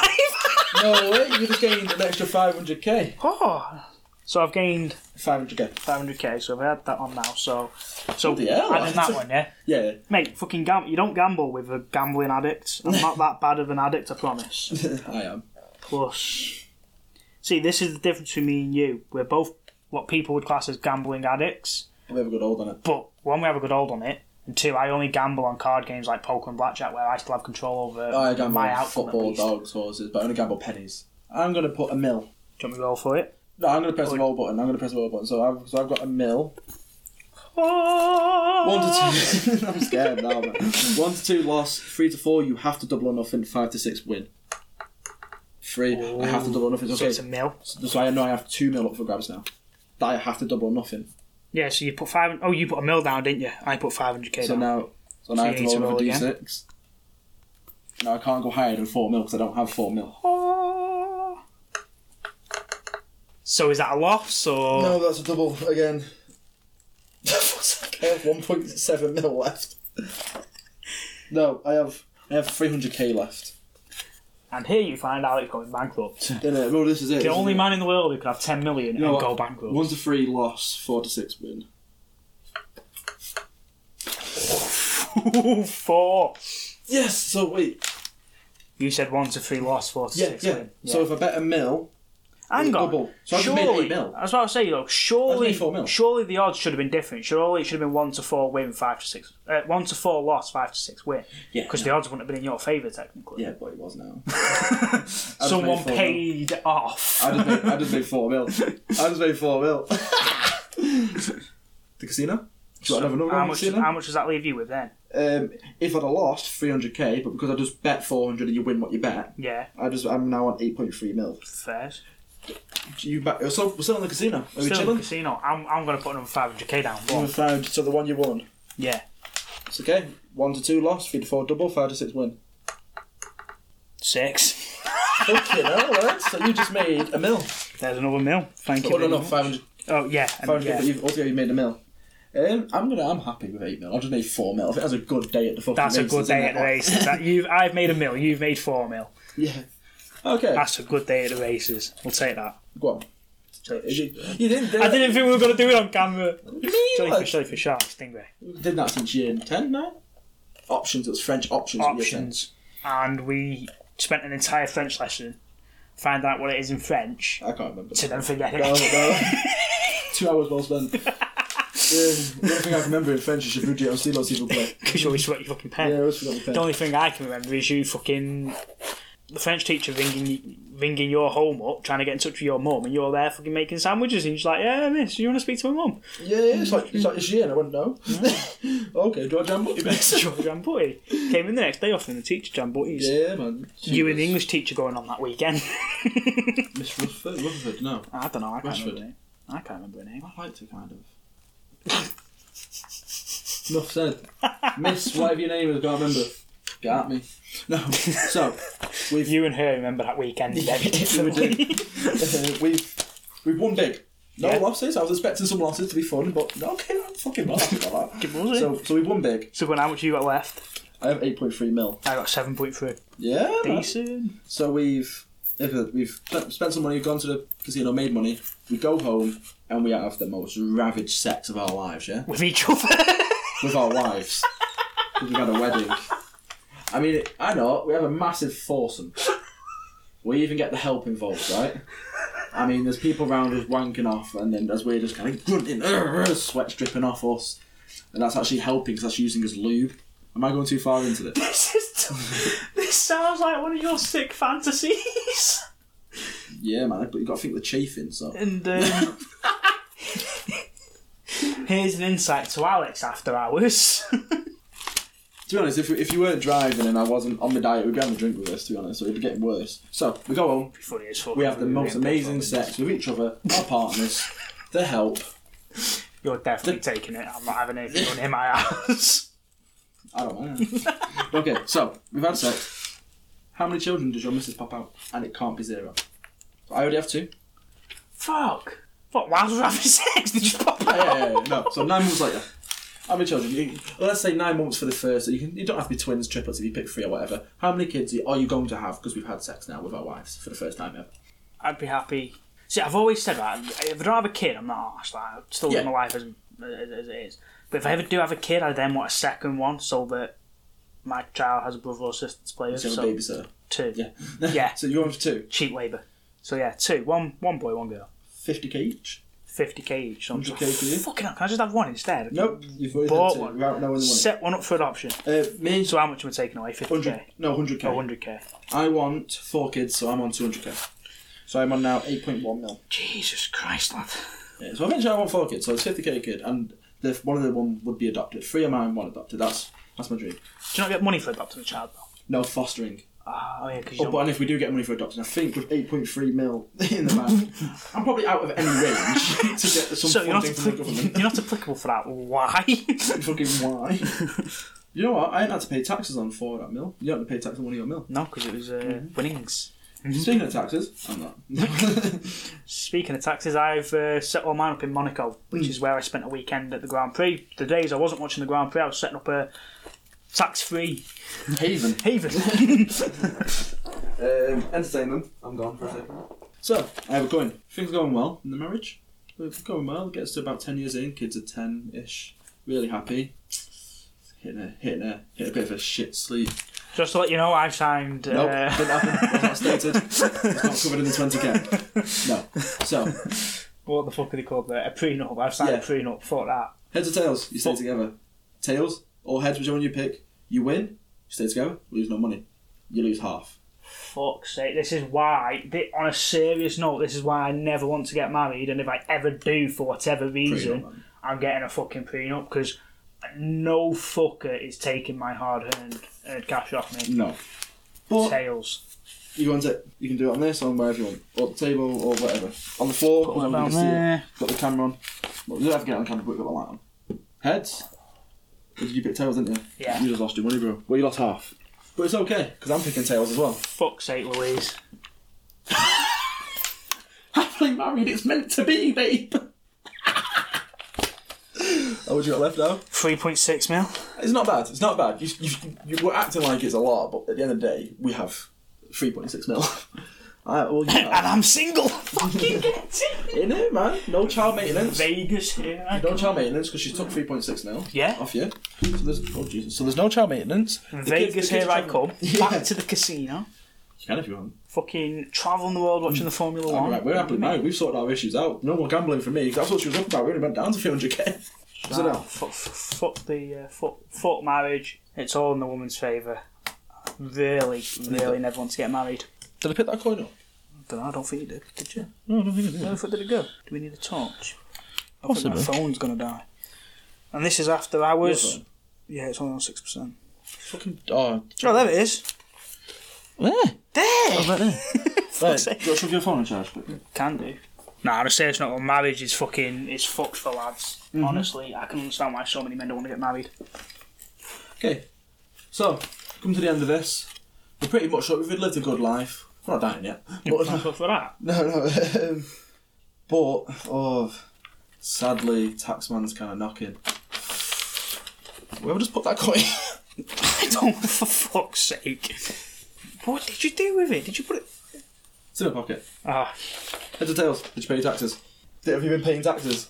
No way, you just gained an extra 500k.
oh. So I've gained
500k.
500k. So I've had that on now. So, so
Bloody hell,
adding
that's
that
a-
one, yeah.
Yeah, yeah.
Mate, fucking gam- You don't gamble with a gambling addict. I'm not that bad of an addict. I promise.
I am.
Plus, see, this is the difference between me and you. We're both what people would class as gambling addicts.
We have a good hold on it.
But one, we have a good hold on it, and two, I only gamble on card games like poker and blackjack, where I still have control over
I gamble
my
on
outcome. at
football,
least.
dogs, horses, but I only gamble pennies. I'm going to put a mil.
Do you want me to roll for it?
No, I'm going to press the roll button. I'm going to press the roll button. So I've, so I've got a mil. One to two. I'm scared now, man. One to two loss. Three to four, you have to double or nothing. Five to six, win. Three, I have to double or nothing.
So
Okay,
it's a
so,
mil.
I know I have two mil up for grabs now. That I have to double or nothing.
Yeah, so you put five. Oh, you put a mil down, didn't you? I put 500k
So
down.
now, so now I
you
have to
need
roll
to roll
another
again.
d6. Now I can't go higher than four mil because I don't have four mil.
So is that a loss or
No, that's a double again. I have one point seven mil left. No, I have I have three hundred k left.
And here you find Alex going bankrupt.
Dinner. uh, Well, this is it.
The
isn't
only
it?
man in the world who could have 10 million
You know
and
what?
go bankrupt.
One to three loss, four to six win.
Four.
Yes. So wait.
You said one to three loss, four to
Yeah,
six
yeah.
win.
So if I bet a mil,
Hang on.
double. So I just made
surely,
eight mil.
that's what I was saying though.
I
Surely,
just made four mil.
surely the odds should have been different. Surely it should have been one to four win, five to six. Uh, one to four loss, five to six win.
yeah,
Because the odds wouldn't have been in your favour technically.
yeah, but it was now.
Someone
made four mil.
paid off.
I just made, I just made four mil. I just made four mil. the casino. Do you want to have another
how
round of
much?
casino?
How much does that leave you with then?
um, if I'd have lost 300k, but because I just bet 400 and you win what you bet,
Yeah,
I just I'm now on 8.3 mil.
fair.
You bet. So we're still in the casino. Are we
Still in the
chilling?
casino. I'm, I'm going to put another 500k down. Go
You
on.
found so the one you won.
Yeah.
It's okay. One to two loss, three to four double, five to six win.
Six.
Fucking hell, lad. So you just made a mil.
There's another mill. Thank you.
Oh no,
very
no,
much.
500.
Oh yeah, and
500
yeah.
But you've also you made a mil. Um, I'm gonna. I'm happy with eight mil. I just made four mil. I think that's a good day at the fucking.
That's a
races,
good day
isn't
at the
it?
races. That you've, I've made a mill. You've made four mil.
Yeah. Okay.
That's a good day at the races. We'll take that.
Go on. Is it- You didn't. do
I
that-
didn't think we were going to do it on camera.
Me, like-
Jellyfish, jellyfish, shark, stingray.
Did that since year ten, no? Options. It was French options. at year 10.
Options, and we spent an entire French lesson finding out what it is in French
I can't remember.
to then forget it.
No, no. Two hours well spent. um, the only thing I remember in French is Rudy on Stilo Civil Play.
Because you always forget your fucking pen.
Yeah, I always forgot my pen.
The only thing I can remember is you fucking the French teacher ringing ringing your home up, trying to get in touch with your mum, and you're there fucking making sandwiches, and she's like, "Yeah, miss, you want to speak to my mum?"
Yeah, yeah, it's like it's like this year, and I went no. okay, do I jam what you best?
George Jambutty came in the next day off, and the teacher Jambutty's.
Yeah, man.
You and the English teacher going on that weekend.
Miss Rutherford. Rutherford, no.
I don't know. I can't
Rashford.
remember. her name. I can't remember her name.
I liked her kind of. Enough said. Miss, whatever your name is, can't remember. Get at me. No. So we've
You and her remember that weekend very
we did.
differently.
Uh, we've we've won big. No
Yeah.
losses. I was expecting some losses to be fun, but no, okay, I'm fucking not happy about that.
Give us it.
So, so we've won big.
So, when how much you got left?
I have 8.3 mil.
I got seven point three.
Yeah, man.
Decent.
So we've if, uh, we've sp- spent some money, gone to the casino, made money. We go home and we have the most ravaged sex of our lives. Yeah,
With each other.
with our wives because we've had a wedding. I mean, I know we have a massive foursome. We even get the help involved, right? I mean, there's people around us wanking off, and then as we're just kind of grunting, "Urgh," sweat's dripping off us, and that's actually helping because that's using as lube. Am I going too far into this?
This is. This sounds like one of your sick fantasies.
Yeah, man, but you got to think of the chafing. So
And um, here's an insight to Alex after hours.
To be honest, if, if you weren't driving and I wasn't on my diet, we'd be having a drink with us, to be honest, so it'd be getting worse. So, we go home,
Funny as fuck.
we have the most
Really
amazing
important.
sex with each other, our partners, the help.
You're definitely taking it. I'm not having anything on in my house.
I don't know. okay, so, we've had sex. How many children does your missus pop out? And it can't be zero. I already have two.
Fuck. What? While we were having sex, did you pop out?
Yeah, yeah, yeah, no. So, nine months later. How many children? You, well, let's say nine months for the first. So you, can, you don't have to be twins, triplets if you pick three or whatever. How many kids are you going to have? Because we've had sex now with our wives for the first time ever.
I'd be happy. See, I've always said that. If I don't have a kid, I'm not arsed. Like, I still live
Yeah.
my life as, as, as it is. But if I ever do have a kid, I then want a second one so that my child has a brother or sister to play with.
So,
So,
so baby, sir.
two.
Yeah.
Yeah.
so, you're on for two.
Cheap labour. So yeah, two. One, one boy, one girl.
50k each.
50k each. So I'm just
100K for you?
Fucking hell, can I just have one instead?
Nope, you've already
Bought
done
one.
two. Without knowing the
Set one up for adoption.
money. Uh, me and
So how much am I taking away? 50k?
100, no, 100k.
Oh, 100k.
I want four kids, so I'm on 200k. So I'm on now 8.1 mil.
Jesus Christ, lad.
Yeah, so eventually I want four kids, so it's 50k a kid, and the, one of the one would be adopted. Three of mine, one adopted. That's that's my dream.
Do you not get money for adopting a child, though?
No fostering.
Ah, oh yeah, because you
Oh,
don't...
but and if we do get money for adoption, I think with 8.3 mil in the bank, I'm probably out of any range to get some
So you're not,
funding from the
appli-
government.
you're not applicable for that. Why?
Fucking why? you know what? I ain't had to pay taxes on four of that mil. You don't have to pay tax on one of your mil. Mm-hmm.
no, because it was uh, winnings.
Speaking of taxes, I'm not.
Speaking of taxes, I've uh, set all mine up in Monaco,
Mm.
which is where I spent a weekend at the Grand Prix. The days I wasn't watching the Grand Prix, I was setting up a tax-free
Haven.
haven.
Um, entertainment. I'm gone for a second. So, I have a coin. Things are going well in the marriage. They're going well. It gets to about 10 years in. Kids are 10 ish. Really happy. Hitting a, hitting a, hit a bit of a shit sleep.
Just to let you know, I've signed.
Nope,
uh,
didn't happen. That's not stated. It's not covered in the 20k. No. So,
what the fuck are they called there? A prenup. I've signed
Yeah.
a prenup. Fuck that.
heads or tails? You stay together. Tails or heads, whichever one you pick. You win, you stay together, lose no money. You lose half.
Fuck's sake. This is why, thi- on a serious note, this is why I never want to get married. And if I ever do, for whatever reason,
man.
I'm getting a fucking prenup because no fucker is taking my hard earned earned cash off me.
No. But
Tails.
You want it? You can do it on this, on wherever you want, or the table, or whatever, on the floor.
Put
or
one
wherever you
down
can see it.
there.
Got the camera on. Well, you don't have to get it on camera, but we've got the light on. Heads. Or did you pick tails, didn't you?
Yeah.
You just lost your money, bro. Well, you lost half. But it's okay because I'm picking tails as well.
Fuck's sake, Louise.
Happily married, it's meant to be, babe. oh, what you got left now?
3.6 mil.
It's not bad. It's not bad. You, you, you were acting like it's a lot, but at the end of the day, we have three point six mil. Alright, well,
And
yeah.
I'm single. fucking get it.
In it, man. No child maintenance.
Vegas here. I
No child maintenance because she took three point six mil.
Yeah.
Off you. So there's oh Jesus. So there's no child maintenance. The kids-
Vegas
the kids
here I
travel-
come.
Yeah.
Back to the casino.
You can if you want.
Fucking traveling the world watching the Formula One.
Right, we're happily married. We've sorted our issues out. No more gambling for me. That's what she was up about. We only went down to three hundred k. So
Nah,
now,
fuck, fuck the uh, fuck, fuck marriage. It's all in the woman's favour. Really, really never want to get married.
did I pick that coin up?
Don't know, I don't think you did. Did you?
No, I don't think I did.
Where the fuck did it go? Do we need a torch? I think my
Possibly.
phone's gonna die. And this is after hours. Yeah, it's only on six percent.
Fucking oh.
Oh, there it is.
Where?
There.
Right there. Right.
sake.
Do you want to shove your phone in charge? quickly?
Can do. Nah, I'm serious. Not on marriage is fucking is fucked for lads. Honestly, I can understand why so many men don't want to get married.
Okay. So, come to the end of this. We're pretty much like we've lived a good life. We're not dying yet. But,
for that.
No, no. Um, but oh, sadly, Taxman's kind of knocking. Whoever just put that coin.
I don't. For fuck's sake. What did you do with it? Did you put it?
it's in my pocket.
Ah,
Heads or tails? Did you pay your taxes? Did, have you been paying taxes?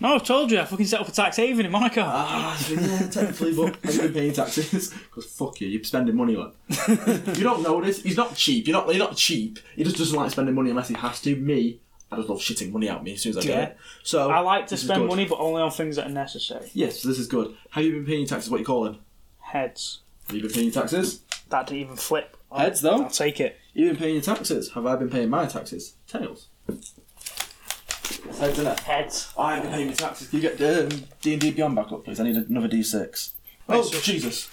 No, I've told you, I fucking set up a tax haven in Monaco.
Ah, yeah, technically, but have you been paying taxes? Because fuck you, you're spending money on. it. you don't know this. He's not cheap. You're not. You're not cheap. He just doesn't like spending money unless he has to. Me, I just love shitting money out me as soon as I get
Yeah.
it. So
I like to
this is
spend
good.
money, but only on things that are necessary.
Yes, this is good. Have you been paying your taxes? What are you calling?
Heads.
Have you been paying your taxes?
That didn't even flip. I'll,
Heads though.
I'll take it.
You been paying your taxes? Have I been paying my taxes? Tails. Heads in it.
Heads.
I've been paying my taxes. Can you get um, D and D Beyond back up, please? I need another D six. Oh
so-
Jesus!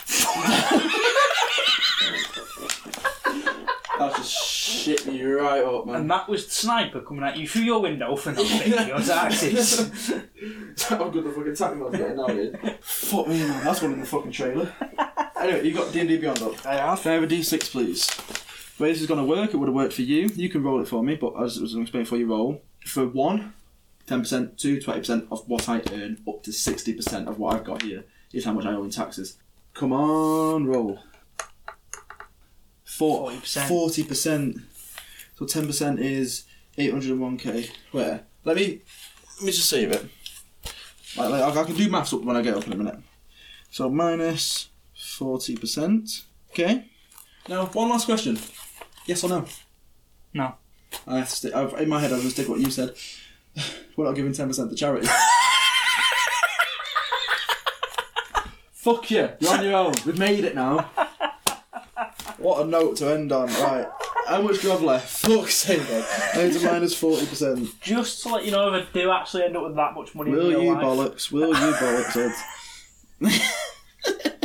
That just shit me right up, man.
And that was the sniper coming at you through your window for not paying your taxes.
I've got the fucking tax man's getting now, dude. Fuck me, man. That's one in the fucking trailer. anyway, you got D and D Beyond up.
I have.
Can I have a D6, please? Where this is going to work, it would have worked for you. You can roll it for me, but as I was explaining before, you roll. For one, 10%, two, 20% of what I earn, up to 60% of what I've got here, is how much I owe in taxes. Come on, roll. Four,
40%.
40%. So 10% is 801k. Where? Let me let me just save it. Like, like, I can do maths up when I get up in a minute. So minus 40%. Okay. Now, one last question. Yes or no?
No.
I have to stick, I've, in my head, I was going to stick what you said. We're not giving 10% to charity. Fuck you. You're on your own. We've made it now. What a note to end on. Right. How much do I have left? Fuck's sake, man. I need to minus 40%.
Just to let you know, if I do actually end up with that much money
Will
in
you
your life,
bollocks? Will you bollocks it?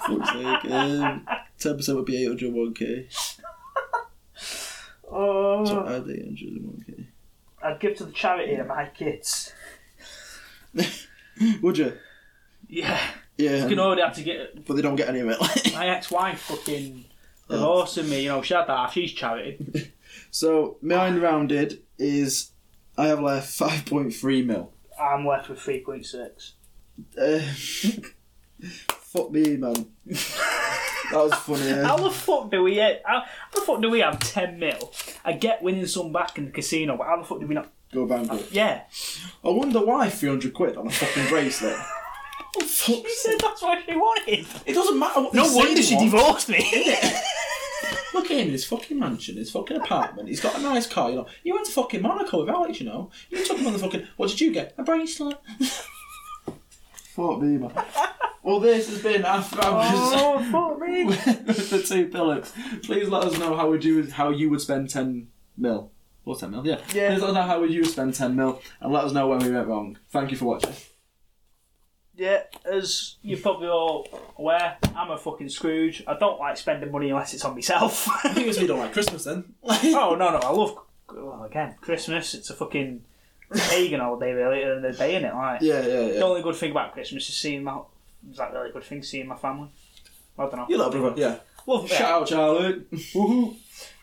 Fuck's sake. Um, 10% would be 801k.
Oh,
So I'd 801k.
I'd give to the charity and my kids.
Would you?
Yeah.
Yeah.
You can already have to get
But they don't get any of it.
my ex-wife fucking Divorcing me, you know, she had that. She's charity.
So mine rounded is I have left five point three mil.
I'm left with 3.6.
Uh, fuck me, man. that was funny. eh?
How the fuck do we get, how, how the fuck do we have 10 mil? I get winning some back in the casino, but how the fuck do we not?
Go bankrupt.
Yeah.
I wonder why three hundred quid on a fucking bracelet. Oh,
She said that's what she wanted.
It doesn't matter. What
No
they say
wonder
they
she
want.
divorced me.
Look at him in his fucking mansion, his fucking apartment. He's got a nice car, you know. You went to fucking Monaco with Alex, you know. You took him on the fucking. What did you get? A bracelet. Fuck me, man. Well, this has been after hours.
Oh, fuck me.
with the two Phillips. Please let us know how would you how you would spend ten mil. Or ten mil, yeah.
Yeah.
Please let us know how would you spend ten mil and let us know when we went wrong. Thank you for watching.
Yeah, as you're probably all aware, I'm a fucking Scrooge. I don't like spending money unless it's on myself.
Because we don't like Christmas then.
Oh no, no, I love well, again Christmas. It's a fucking pagan holiday, really, and the day in it. Like
yeah, yeah,
the
yeah.
only good thing about Christmas is seeing my. Is that really good thing seeing my family? I don't know.
Your little brother. Yeah.
Love
Shout
yeah.
out Charlie. Woohoo.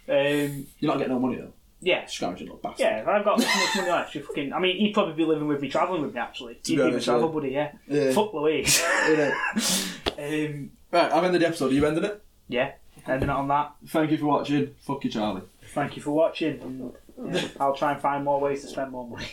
Um,
You're not getting no money though.
yeah,
Scrounging little bastard.
yeah. I've got this much money left. You fucking. I mean, he'd probably be living with me, traveling with me. Actually, he'd be my
honest,
travel
yeah.
buddy. Yeah.
Yeah.
Fuck Louise.
Yeah.
um,
Right, I've ended the episode. Are you ending it?
yeah. Ending it on that.
Thank you for watching. Fuck you, Charlie.
Thank you for watching. and, yeah, I'll try and find more ways to spend more money.